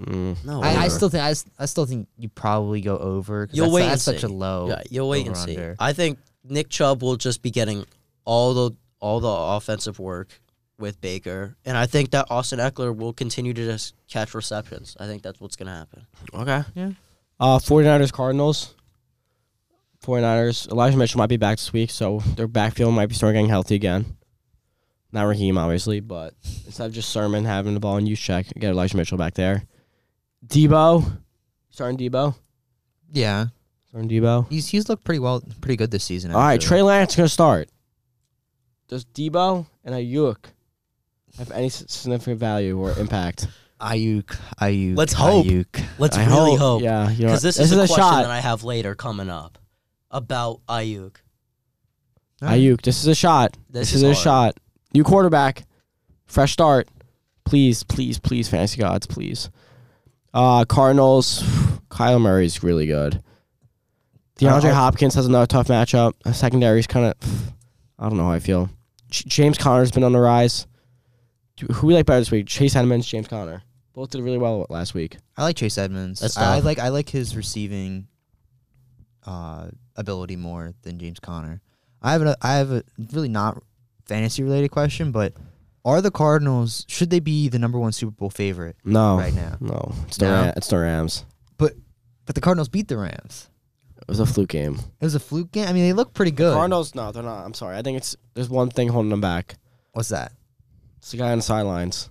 S2: Mm.
S4: No,
S3: I, I
S4: over.
S3: still think I, s- I still think you probably go over. 'cause
S4: You'll
S3: that's,
S4: wait
S3: That's
S4: and
S3: such a
S4: see.
S3: low.
S4: Yeah, you'll wait and
S3: over
S4: see.
S3: under.
S4: I think Nick Chubb will just be getting all the all the offensive work with Baker, and I think that Austin Eckler will continue to just catch receptions. I think that's what's going to happen.
S2: Okay.
S3: Yeah.
S2: Uh, 49ers Cardinals. 49ers. Elijah Mitchell might be back this week, so their backfield might be starting getting healthy again. Not Raheem, obviously, but instead of just Sermon having the ball and you check, get Elijah Mitchell back there. Debo. Starting Debo.
S3: Yeah,
S2: Starting Debo.
S3: he's he's looked pretty well, pretty good this season.
S2: All right,
S3: actually.
S2: Trey Lance going to start. Does Debo and Ayuk have any s- significant value or impact?
S3: Ayuk, Ayuk.
S4: Let's hope.
S3: Ayuk.
S4: Let's
S2: I
S4: really hope.
S2: Yeah, you know,
S4: Oh, Because this, is, a, question that I have later coming up about Ayuk.
S2: Ayuk, this is a shot. This,
S4: This
S2: is,
S4: is
S2: a
S4: hard.
S2: shot. New quarterback, fresh start. Please, please, please, fantasy gods, please. Uh Cardinals. Kyle Murray's really good. DeAndre
S3: Uh,
S2: Hopkins has another tough matchup. Uh, Secondary's kind of. I don't know how I feel. J- James Connor's been on the rise. Do- Who we like better this week? Chase Edmonds, James Connor. Both did really well last week.
S3: I like Chase Edmonds.
S4: That's
S3: I, I
S4: tough.
S3: like I like his receiving uh, ability more than James Conner. I have a, I have a really not fantasy related question, but are the Cardinals should they be the number one Super Bowl favorite
S4: Oh.
S2: No,
S3: right now?
S2: no, it's the
S3: No?
S2: Ram- it's the Rams.
S3: But the Cardinals beat the Rams.
S2: It was a fluke game.
S3: It was a fluke game. I mean, they look pretty good.
S2: Cardinals, no, they're not. I'm sorry. I think it's there's one thing holding them back.
S3: What's that?
S2: It's the guy on the sidelines,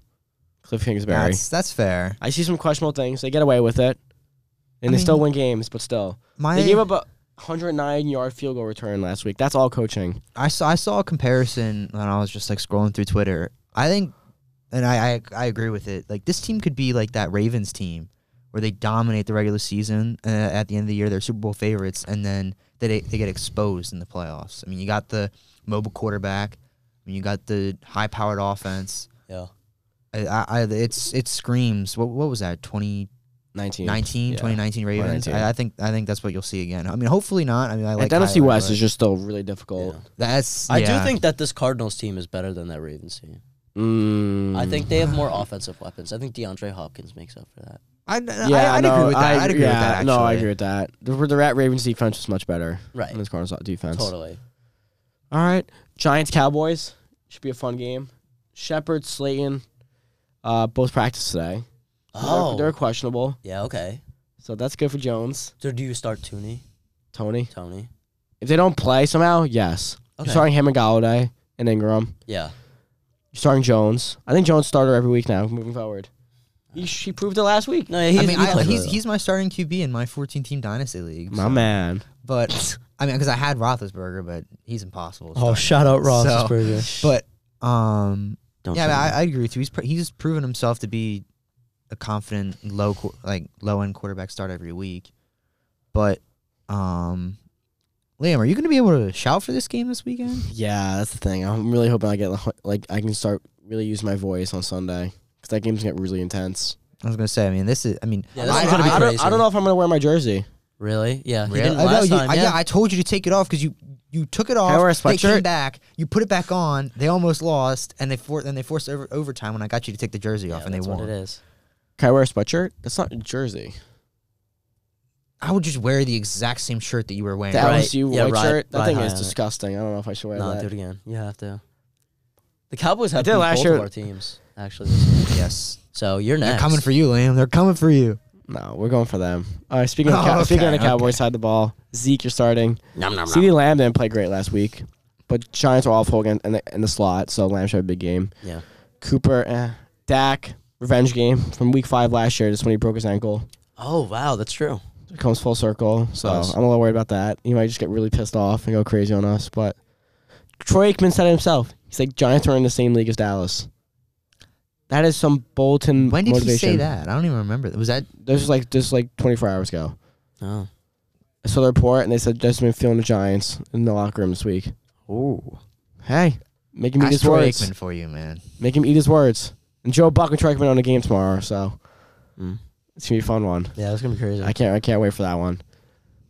S2: Cliff Kingsbury.
S3: That's that's fair.
S2: I see some questionable things. They get away with it, and
S3: I
S2: they
S3: mean-
S2: still win games. But still,
S3: My
S2: they gave up a 109 yard field goal return last week. That's all coaching.
S3: I saw I saw a comparison when I was just like scrolling through Twitter. I think, and I, I I agree with it. Like this team could be like that Ravens team where they dominate the regular season, and at the end of the year they're Super Bowl favorites, and then they they get exposed in the playoffs. I mean, you got the mobile quarterback, I mean, you got the high powered offense.
S4: Yeah.
S3: I, I, I it's it screams. What what was that? Twenty
S2: 19.
S3: 19,
S2: Yeah.
S3: 2019 Ravens.
S2: 2019.
S3: I, I think I think that's what you'll see again. I mean, hopefully not. I mean, I like
S2: and Tennessee
S3: Kyler,
S2: West
S3: but
S2: is just still really difficult.
S4: Yeah.
S3: that's.
S4: I
S3: yeah.
S4: do think that this Cardinals team is better than that Ravens team.
S2: Mm.
S4: I think they have more offensive weapons. I think DeAndre Hopkins makes up for that.
S3: I, I,
S2: Yeah,
S3: I'd
S2: no,
S3: agree with that.
S2: I,
S3: I, would agree
S2: yeah,
S3: with that. Actually.
S2: No, I agree with that. The, the Rat Ravens defense was much better
S4: Right.
S2: than this Cardinals defense.
S4: Totally.
S2: All right, Giants Cowboys should be a fun game. Shepard Slayton, uh, both practice today. They're-
S4: Oh.
S2: they're questionable,
S4: yeah, okay.
S2: so that's good for Jones.
S4: So do you start Tooney?
S2: Tony.
S4: Tony?
S2: If they don't play somehow, yes.
S4: Okay.
S2: You're starting him and Galladay and Ingram.
S4: Yeah.
S2: You're starting Jones. I think Jones starter every week now moving forward. He, she proved it last week.
S4: No, yeah, he's,
S3: I mean,
S4: he
S3: I-
S4: played
S3: he's
S4: really
S3: he's my starting QB in my 14 team dynasty league.
S2: My
S3: so-
S2: man.
S3: But I mean, because I had Roethlisberger, but he's impossible. to
S4: well. Oh,
S3: start.
S4: shout out
S3: So-
S4: Roethlisberger.
S3: but um,
S4: Don't
S3: yeah, I,
S4: say
S3: mean,
S4: that.
S3: I, I agree with you. He's pr- he's proven himself to be a confident low qu- like low end quarterback start every week. But um, Liam, are you going to be able to shout for this game this weekend?
S2: Yeah, that's the thing. I'm really hoping I get the- like I can start really use my voice on Sunday because that game's get really intense.
S3: I was going to say. I mean, this is. I mean,
S4: Yeah, this
S3: I,
S4: is
S3: I-
S4: gonna be
S3: I-
S2: I don't,
S4: crazy.
S2: I don't know if I'm gonna wear my jersey.
S4: Really? Yeah. He
S3: Really?
S4: didn't
S3: I know,
S4: last
S3: you-
S4: time.
S3: I,
S4: yeah.
S3: I told you to take it off because you you took it off.
S2: wear a
S3: They came
S2: sweatshirt?
S3: back. You put it back on. They almost lost, and they for then they forced over, overtime when I got you to take the jersey off,
S4: Yeah,
S3: and they
S4: that's
S3: won.
S4: what it is.
S2: Can I wear a sweatshirt? That's not a jersey.
S3: I would just wear the exact same shirt that you were wearing.
S2: The
S4: Right.
S2: LSU
S4: Yeah,
S2: white
S4: ride-
S2: shirt. That
S4: ride
S2: thing
S4: high
S2: is
S4: on it.
S2: disgusting. I don't know if I should wear
S4: No,
S2: that.
S4: do it again. You have to. The Cowboys have
S2: did
S4: beat
S2: last
S4: both
S2: year.
S4: of our teams actually. this year.
S3: Yes,
S4: So you're
S3: they're
S4: next.
S3: coming for you, Liam. They're coming for you.
S2: No, we're going for them. All right. Speaking of
S3: Oh,
S2: cow- speaking
S3: okay,
S2: of the Cowboys side of the ball, Zeke, you're starting. CD Lamb didn't play great last week, but Giants were awful again in the, in the slot, so Lamb should have a big game.
S4: Yeah.
S2: Cooper, eh. Dak, revenge game from week five last year. That's when he broke his ankle.
S4: Oh wow, that's true.
S2: It comes full circle, so
S4: Nice.
S2: I'm a little worried about that. He might just get really pissed off and go crazy on us. But Troy Aikman said it himself. He's like, Giants are in the same league as Dallas. That is some Bolton
S3: When did
S2: motivation.
S3: he say that? I don't even remember. Was that
S2: This was like just like 24 hours ago.
S4: Oh.
S2: I saw the report and they said just been feeling the Giants in the locker room this week.
S4: Ooh.
S2: Hey, make him eat
S3: that's
S2: his
S3: Troy
S2: words.
S3: Aikman for you, man?
S2: Make him eat his words. And Joe Buck and Troy Aikman on the game tomorrow, so
S3: Hmm.
S4: Mm.
S2: it's gonna be a fun one.
S4: Yeah, that's gonna be crazy.
S2: I can't I can't wait for that one.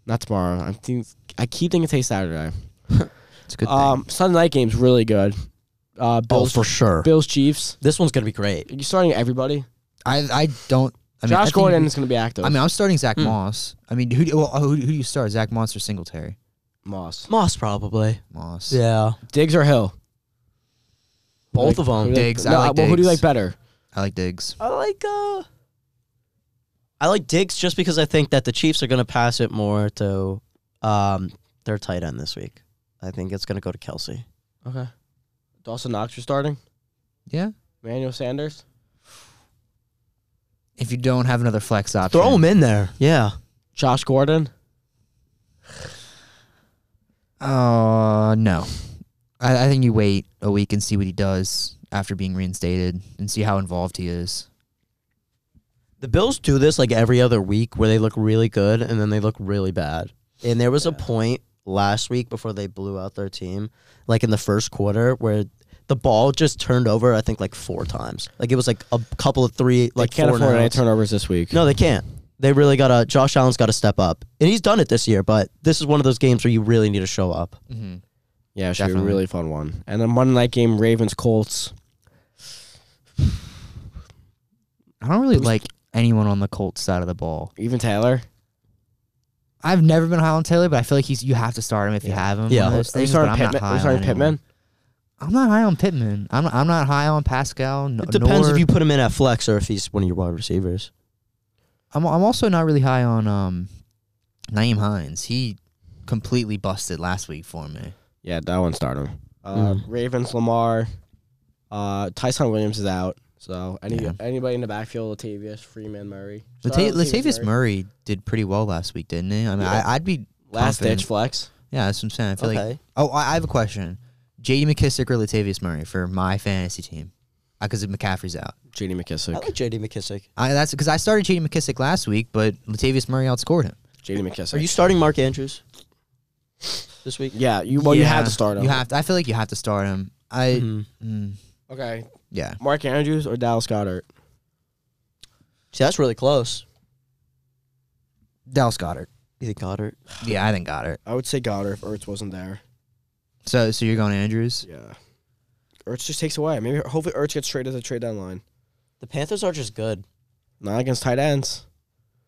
S2: Not tomorrow. I think I keep thinking it's Saturday.
S3: It's a good Oh,
S2: Um, Sunday night game's really good. Uh, Bills,
S3: sure.
S2: Bills, Chiefs.
S4: this one's gonna be great.
S2: You're starting everybody.
S3: I I don't. I mean, I
S2: Josh
S3: think-
S2: Gordon is gonna be active.
S3: I mean, I'm starting Zach
S4: Hmm.
S3: Moss. I mean, who do, well, who, who do you start? Zach Moss or Singletary?
S2: Moss,
S4: Moss probably.
S3: Moss.
S4: Yeah.
S2: Diggs or Hill.
S4: Both of 'em.
S2: who do you like-
S3: Diggs, I like
S2: well, who do you like
S3: Diggs.
S2: better?
S3: I like Diggs.
S4: I like uh I like Diggs just because I think that the Chiefs are gonna pass it more to um their tight end this week. I think it's gonna go to Kelsey.
S2: Okay. Dawson Knox, you're starting.
S3: Yeah.
S2: Emmanuel Sanders.
S3: If you don't have another flex option,
S4: Throw him in there. Yeah.
S2: Josh Gordon.
S3: Uh, no. I, I think you wait a week and see what he does after being reinstated and see how involved he is.
S4: The Bills do this like every other week where they look really good and then they look really bad. And there was a point last week before they blew out their team, like in the first quarter, where the ball just turned over, I think, like four times. Like it was like a couple of three, like
S2: Like can't
S4: four and
S2: afford
S4: outs.
S2: any turnovers this week.
S4: No, they can't. They really got to, Josh Allen's got to step up. And he's done it this year, but this is one of those games where you really need to show up.
S3: Mm-hmm.
S2: Yeah, it should be a
S3: Definitely.
S2: really fun one. And then Monday night game, Ravens Colts.
S3: I don't really
S2: Who's-
S3: like anyone on the Colts side of the ball.
S2: Even Taylor.
S3: I've never been high on Taylor, but I feel like he's you have to start him if you
S2: Yeah.
S3: have him.
S4: Yeah.
S3: one
S2: Are
S3: of
S2: you
S3: those things,
S2: starting
S3: but I'm not
S2: Pittman? Are
S3: high
S2: you starting
S3: on anyone.
S2: Pittman?
S3: I'm not high on Pittman. I'm not, I'm not high on Pascal. n-
S4: It depends
S3: nor-
S4: if you put him in at flex or if he's one of your wide receivers.
S3: I'm I'm also not really high on um Naeem Hines. He completely busted last week for me.
S2: Yeah, that one's starting. Uh,
S3: Mm-hmm.
S4: Mm.
S2: Ravens Lamar. Uh, Tyson Williams is out. So any
S3: Yeah.
S2: anybody in the backfield, Latavius Freeman Murray.
S3: Lata-
S2: Shout out
S3: Latavius Murray did pretty well last week, didn't he? I mean,
S2: Yeah.
S3: I, I'd be
S2: Last
S3: confident.
S2: ditch flex.
S3: Yeah, that's what I'm saying. I feel like. Oh, I, I have a question. J.D. McKissick or Latavius Murray for my fantasy team? Because McCaffrey's out.
S2: J.D.
S4: I
S2: McKissick.
S4: like J.D. McKissick.
S3: I, that's because I started J.D. McKissick last week, but Latavius Murray outscored him.
S2: J.D.
S4: Are
S2: McKissick.
S4: you starting Mark Andrews this week?
S2: yeah, you well you
S3: Yeah,
S2: have to start him.
S3: You have. To, I feel like you have to start him. I.
S4: Mhm.
S3: mm,
S2: Okay,
S3: yeah.
S2: Mark Andrews or Dallas Goddard.
S4: See, that's really close.
S3: Dallas Goddard.
S4: You think Goddard?
S3: Yeah, I think Goddard.
S2: I would say Goddard if Ertz wasn't there.
S3: So, so you're going Andrews?
S2: Yeah, Ertz just takes away. Maybe hopefully Ertz gets traded to the trade deadline.
S4: The Panthers are just good.
S2: Not against tight ends.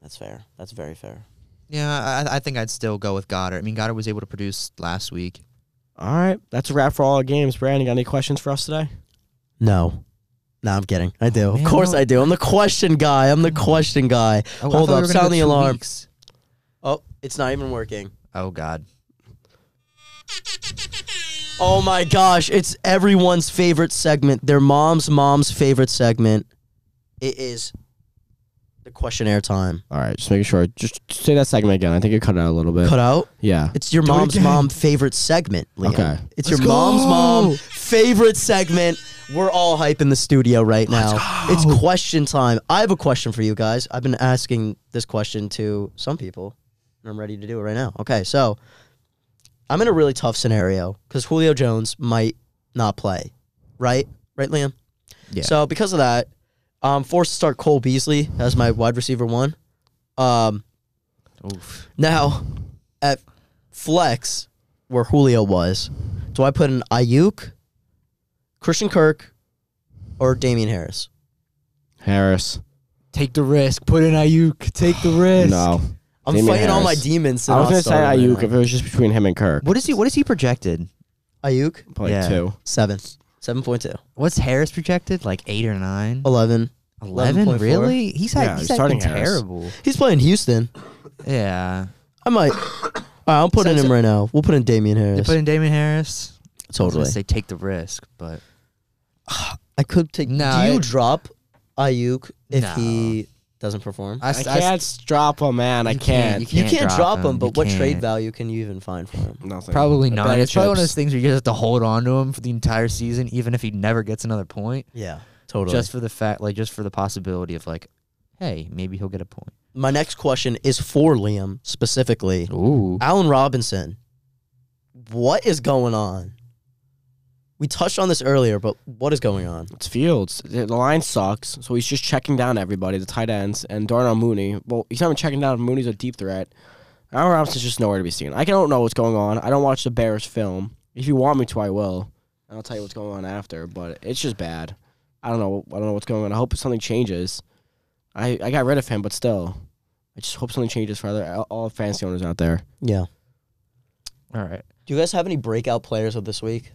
S4: That's fair. That's very fair.
S3: Yeah, I, I think I'd still go with Goddard. I mean, Goddard was able to produce last week.
S2: All right, that's a wrap for all our games. Brandon, you got any questions for us today?
S4: No. No, I'm kidding. I do. Of
S3: Oh, Man, Mm-hmm.
S4: course
S3: no.
S4: I do. I'm the question guy. I'm the question guy.
S3: Oh, I- I thought
S4: Hold
S3: we
S4: up,
S3: were gonna
S4: sound
S3: go
S4: the
S3: two
S4: alarm.
S3: weeks.
S4: Oh, it's not even working.
S3: Oh God.
S4: Oh my gosh, it's everyone's favorite segment. Their mom's mom's favorite segment. It is the questionnaire time.
S2: All right, just making sure. Just say that segment again. I think you cut it out a little bit.
S4: Cut out.
S2: yeah.
S4: It's your mom's mom favorite segment. Liam.
S2: Okay.
S4: It's your mom's mom favorite segment. We're all hype in the studio right now. It's question time. I have a question for you guys. I've been asking this question to some people, and I'm ready to do it right now. Okay, so I'm in a really tough scenario because Julio Jones might not play. Right? Right, Liam?
S3: Yeah.
S4: So because of that, I'm forced to start Cole Beasley as my wide receiver one. Um,
S3: Oof.
S4: now, at flex, where Julio was, do I put an Ayuk, Christian Kirk, or Damian Harris?
S2: Harris.
S5: Take the risk. Put in Ayuk. Take the risk.
S2: No.
S4: I'm
S2: Damian
S4: fighting all my
S2: Harris.
S4: demons. to
S2: I was
S4: not
S2: gonna say
S4: start him
S2: Ayuk
S4: right
S2: if it was just between him and Kirk.
S3: What is he? What is he projected?
S4: now. Ayuk,
S2: Play
S3: Yeah.
S2: two.
S4: seven. 7.2.
S3: What's Harris projected? Like eight or nine?
S4: 11.
S3: 11?
S4: 11.4?
S3: Really? He's, had,
S2: Yeah,
S3: he's
S2: he's starting
S3: acting
S2: Harris.
S3: terrible.
S4: He's playing Houston.
S3: Yeah.
S4: I might. All right, I'll put in
S3: So-
S4: him right now. We'll put in Damian
S3: They
S4: Harris.
S3: put in Damon Harris. I
S4: totally.
S3: was gonna say take the risk, but
S4: I could take.
S3: No,
S4: do you
S3: it-
S4: drop Ayuk if
S3: No.
S4: he doesn't perform?
S3: I,
S2: I
S3: s- I s-
S2: can't drop him, man. I
S3: you
S2: can't.
S4: you can't drop him,
S3: You
S4: but what trade
S3: can't.
S4: value can you even find for him?
S2: Nothing.
S5: Probably not.
S2: bag of
S5: it's probably one of
S2: chips.
S5: those things where you just have to hold on to him for the entire season, even if he never gets another point,
S4: Yeah, totally.
S5: just for the fact, like just for the possibility of like, hey, maybe he'll get a point.
S4: My next question is for Liam specifically.
S5: Ooh.
S4: Allen Robinson, what is going on? We touched on this earlier, but what is going on?
S2: It's Fields. The the line sucks, so he's just checking down everybody, the tight ends, and Darnell Mooney. Well, he's not even checking down. Mooney's a deep threat. Allen Robinson's just nowhere to be seen. I don't know what's going on. I don't watch the Bears film. If you want me to, I will, and I'll tell you what's going on after. But it's just bad. I don't know. I don't know what's going on. I hope something changes. I I got rid of him, but still, I just hope something changes for other all- all fantasy owners out there.
S4: Yeah.
S5: All right.
S4: Do you guys have any breakout players of this week?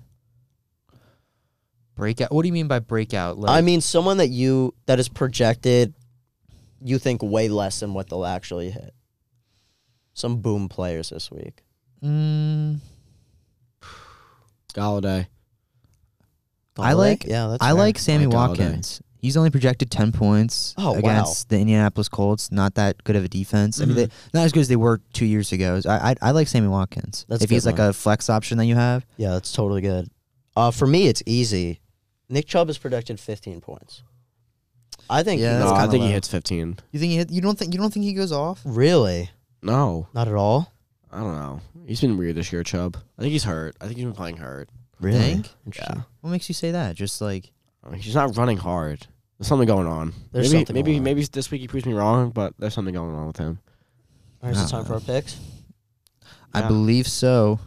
S5: Breakout. What do you mean by breakout? Like,
S4: I mean, someone that you that is projected, you think way less than what they'll actually hit. Some boom players this week.
S3: Mm,
S2: Galladay.
S3: I like-
S4: Yeah, that's
S3: I
S4: fair.
S3: like Sammy
S2: Like Galladay.
S3: Watkins. He's only projected ten points
S4: Oh, wow.
S3: against the Indianapolis Colts. Not that good of a defense. I mean,
S4: Mhm.
S3: they, not as good as they were two years ago. I I, I like Sammy Watkins.
S4: That's
S3: if
S4: a
S3: he's
S4: good
S3: like
S4: one.
S3: a flex option that you have,
S4: Yeah, that's totally good. Uh, for me, it's easy. Nick Chubb is projected 15 points. I think.
S3: Yeah,
S4: he-
S3: that's
S2: no, I
S3: kinda
S2: think
S3: low.
S2: he hits fifteen.
S3: you think he hit, you don't think you don't think he goes off.
S4: Really?
S2: No,
S4: Not at all.
S2: I don't know. He's been weird this year, Chubb. I think he's hurt. I think he's been playing hurt.
S3: Really?
S4: Think?
S3: Interesting. What makes you say that? Just like
S2: I mean, he's not running hard. There's something going on.
S4: There's
S2: maybe
S4: something
S2: maybe
S4: going on.
S2: maybe this week he proves me wrong, but there's something going on with him.
S4: All right, is it
S3: No.
S4: time for our picks?
S3: I
S2: Yeah.
S3: believe so.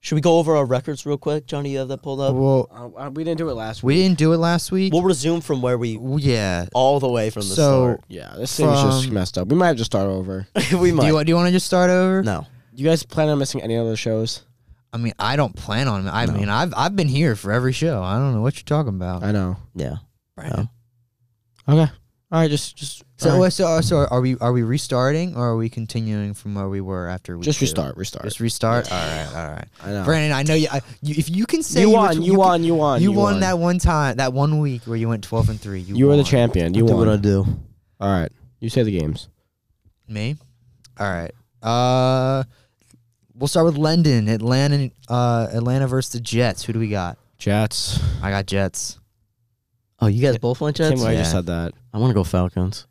S4: Should we go over our records real quick, Johnny? You have that pulled up.
S3: well,
S2: Uh, uh, we didn't do it last
S3: we
S2: week.
S3: didn't do it last week.
S4: We'll resume from where we
S3: yeah.
S4: all the way from the
S3: So
S2: Yeah, this thing's just
S3: From-
S2: messed up. We might have to start over.
S4: start. we
S3: do
S4: might.
S3: you, do you want to just start over?
S4: no.
S2: you guys plan on missing any other shows?
S3: I mean, I don't plan on. I
S2: No.
S3: mean, I've I've been here for every show. I don't know what you're talking about.
S2: I know.
S4: Yeah.
S3: Brandon.
S2: Okay. All right, just just
S3: so,
S2: all right.
S3: so uh, so are we are we restarting or are we continuing from where we were after we
S2: just restart, restart.
S3: Just restart. All right, all right.
S2: I know.
S3: Brandon, I know you, I, you. If you can say
S2: you,
S3: which-
S2: won, you,
S3: can-
S2: won, you won,
S3: You, won, that one time, that one week where you went twelve and three. You,
S2: You were the
S3: won.
S2: champion. You
S4: do what I
S2: won.
S4: do.
S2: All right. You say the games.
S3: Me. All right. Uh, we'll start with London, Atlanta, uh, Atlanta versus the Jets. Who do we got?
S2: Jets.
S3: I got Jets.
S4: Oh, you guys both went Jets.
S2: Can't believe I just
S3: yeah.
S2: said that.
S4: I want to go Falcons.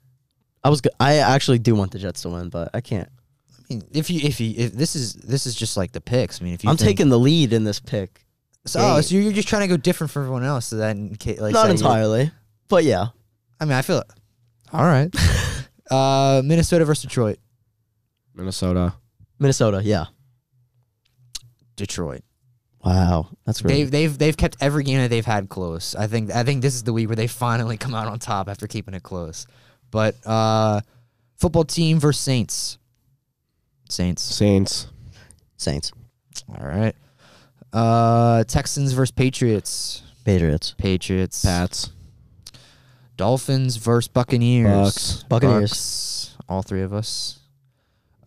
S4: I was. Go- I actually do want the Jets to win, but I can't.
S3: I mean, if you if you if this is this is just like the picks. I mean, if you
S4: I'm
S3: think-
S4: taking the lead in this pick.
S3: So, oh,
S4: game.
S3: so you're just trying to go different from everyone else, so that in case, like
S4: Not
S3: so you-
S4: entirely, but yeah.
S3: I mean, I feel. All right. uh, Minnesota versus Detroit.
S2: Minnesota.
S4: Minnesota, yeah.
S3: Detroit.
S4: Wow, that's
S3: They've they've they've kept every game that they've had close. I think I think this is the week where they finally come out on top after keeping it close. But uh, football team versus Saints. Saints.
S2: Saints.
S4: Saints,
S3: All right. Uh, Texans versus Patriots.
S4: Patriots,
S3: Patriots.
S2: Pats.
S3: Dolphins versus Buccaneers.
S2: Bucks.
S4: Buccaneers.
S3: Bucks, all three of us.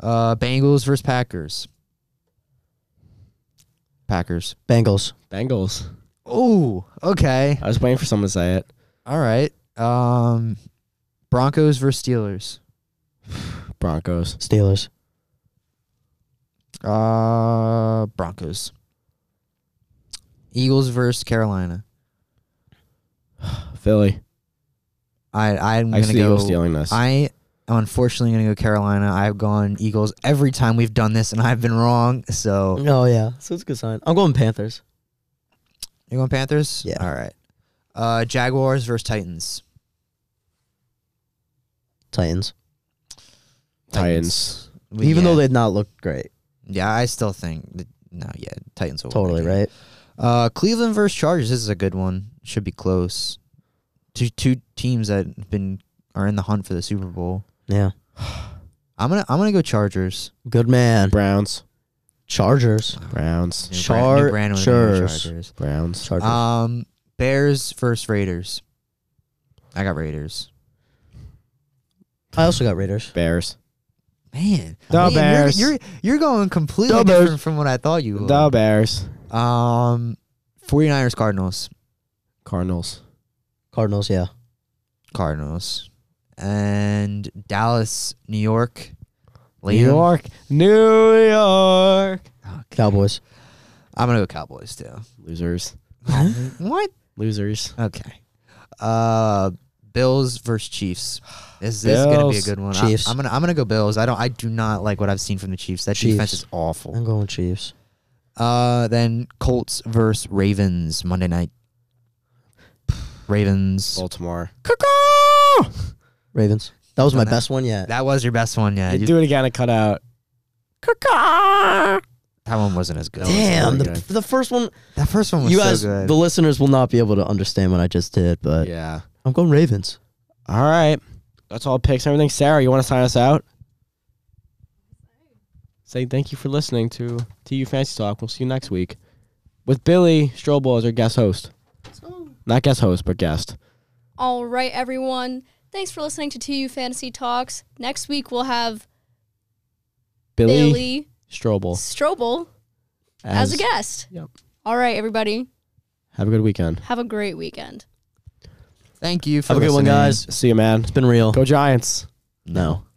S3: Uh, Bengals versus Packers. Packers.
S4: Bengals.
S2: Bengals.
S5: Oh, okay.
S2: I was waiting for someone to say it.
S5: All right. Um, Broncos versus Steelers.
S2: Broncos.
S4: Steelers.
S5: Uh, Broncos.
S3: Eagles versus Carolina.
S2: Philly.
S3: I I'm
S2: I
S3: gonna
S2: see the
S3: go.
S2: Eagles stealing this.
S3: I am unfortunately gonna go Carolina. I've gone Eagles every time we've done this, and I've been wrong. So
S4: Oh yeah, so it's a good sign. I'm going Panthers.
S3: you going Panthers?
S4: Yeah.
S3: All right. Uh, Jaguars versus Titans.
S4: Titans.
S2: Titans.
S3: We-
S4: Even
S3: yeah.
S4: though they'd not looked great.
S3: yeah, I still think that, no, yeah, Titans will win
S4: Totally
S3: that game.
S4: right.
S3: Uh, Cleveland versus Chargers. This is a good one. Should be close. Two two teams that have been are in the hunt for the Super Bowl.
S4: Yeah.
S3: I'm gonna I'm gonna go Chargers.
S4: Good man.
S2: Browns.
S4: Chargers.
S2: Browns.
S3: New brand- new brand, I'm gonna go
S4: Chargers.
S3: Chargers.
S2: Browns.
S4: Chargers.
S3: Um, Bears versus Raiders. I got Raiders.
S4: I also got Raiders.
S2: Bears.
S3: Man,
S2: The
S3: Liam, you're-
S2: Bears.
S3: You're, you're going completely
S2: The Bears.
S3: different from what I thought you would.
S2: The Bears.
S3: Um, 49ers Cardinals.
S2: Cardinals.
S4: Cardinals. Yeah.
S3: Cardinals. And Dallas, New York. Liam.
S2: New York. New York.
S3: Oh,
S4: Cowboys.
S3: I'm gonna go Cowboys too.
S2: Losers.
S3: what?
S2: Losers.
S3: Okay. Uh, Bills versus Chiefs. This, this is gonna be a
S2: Bills.
S3: good one.
S4: Chiefs.
S3: I, am gonna I'm gonna go Bills. I don't I do not like what I've seen from the Chiefs. That defense
S4: Chiefs.
S3: is awful.
S4: I'm going Chiefs.
S3: Uh, then Colts versus Ravens Monday night. Ravens.
S2: Baltimore.
S4: Ravens. That was my
S3: Done that.
S4: best one yet.
S3: That was your best one, yeah.
S2: You
S3: You-
S2: do it again. I cut out.
S3: that one wasn't as good.
S4: Damn.
S2: really
S4: The, the first one.
S3: That first one was
S4: You
S3: so
S4: guys,
S3: good.
S4: the listeners will not be able to understand what I just did, but
S2: Yeah.
S4: I'm going Ravens.
S2: All right. That's all picks and everything. Sarah, you want to sign us out? Say thank you for listening to TU Fancy Talk. We'll see you next week with Billy Strobel as our guest host. Not guest host, but guest.
S1: All right, everyone. Thanks for listening to TU Fantasy Talks. Next week we'll have
S2: Billy,
S1: Billy
S2: Strobel
S1: Strobel as, a guest.
S2: Yep.
S1: All right, everybody.
S2: Have a good weekend.
S1: Have a great weekend.
S3: Thank you for
S4: Have a good one,
S3: listening.
S4: guys.
S2: See you, man.
S4: It's been real.
S2: Go Giants.
S4: No.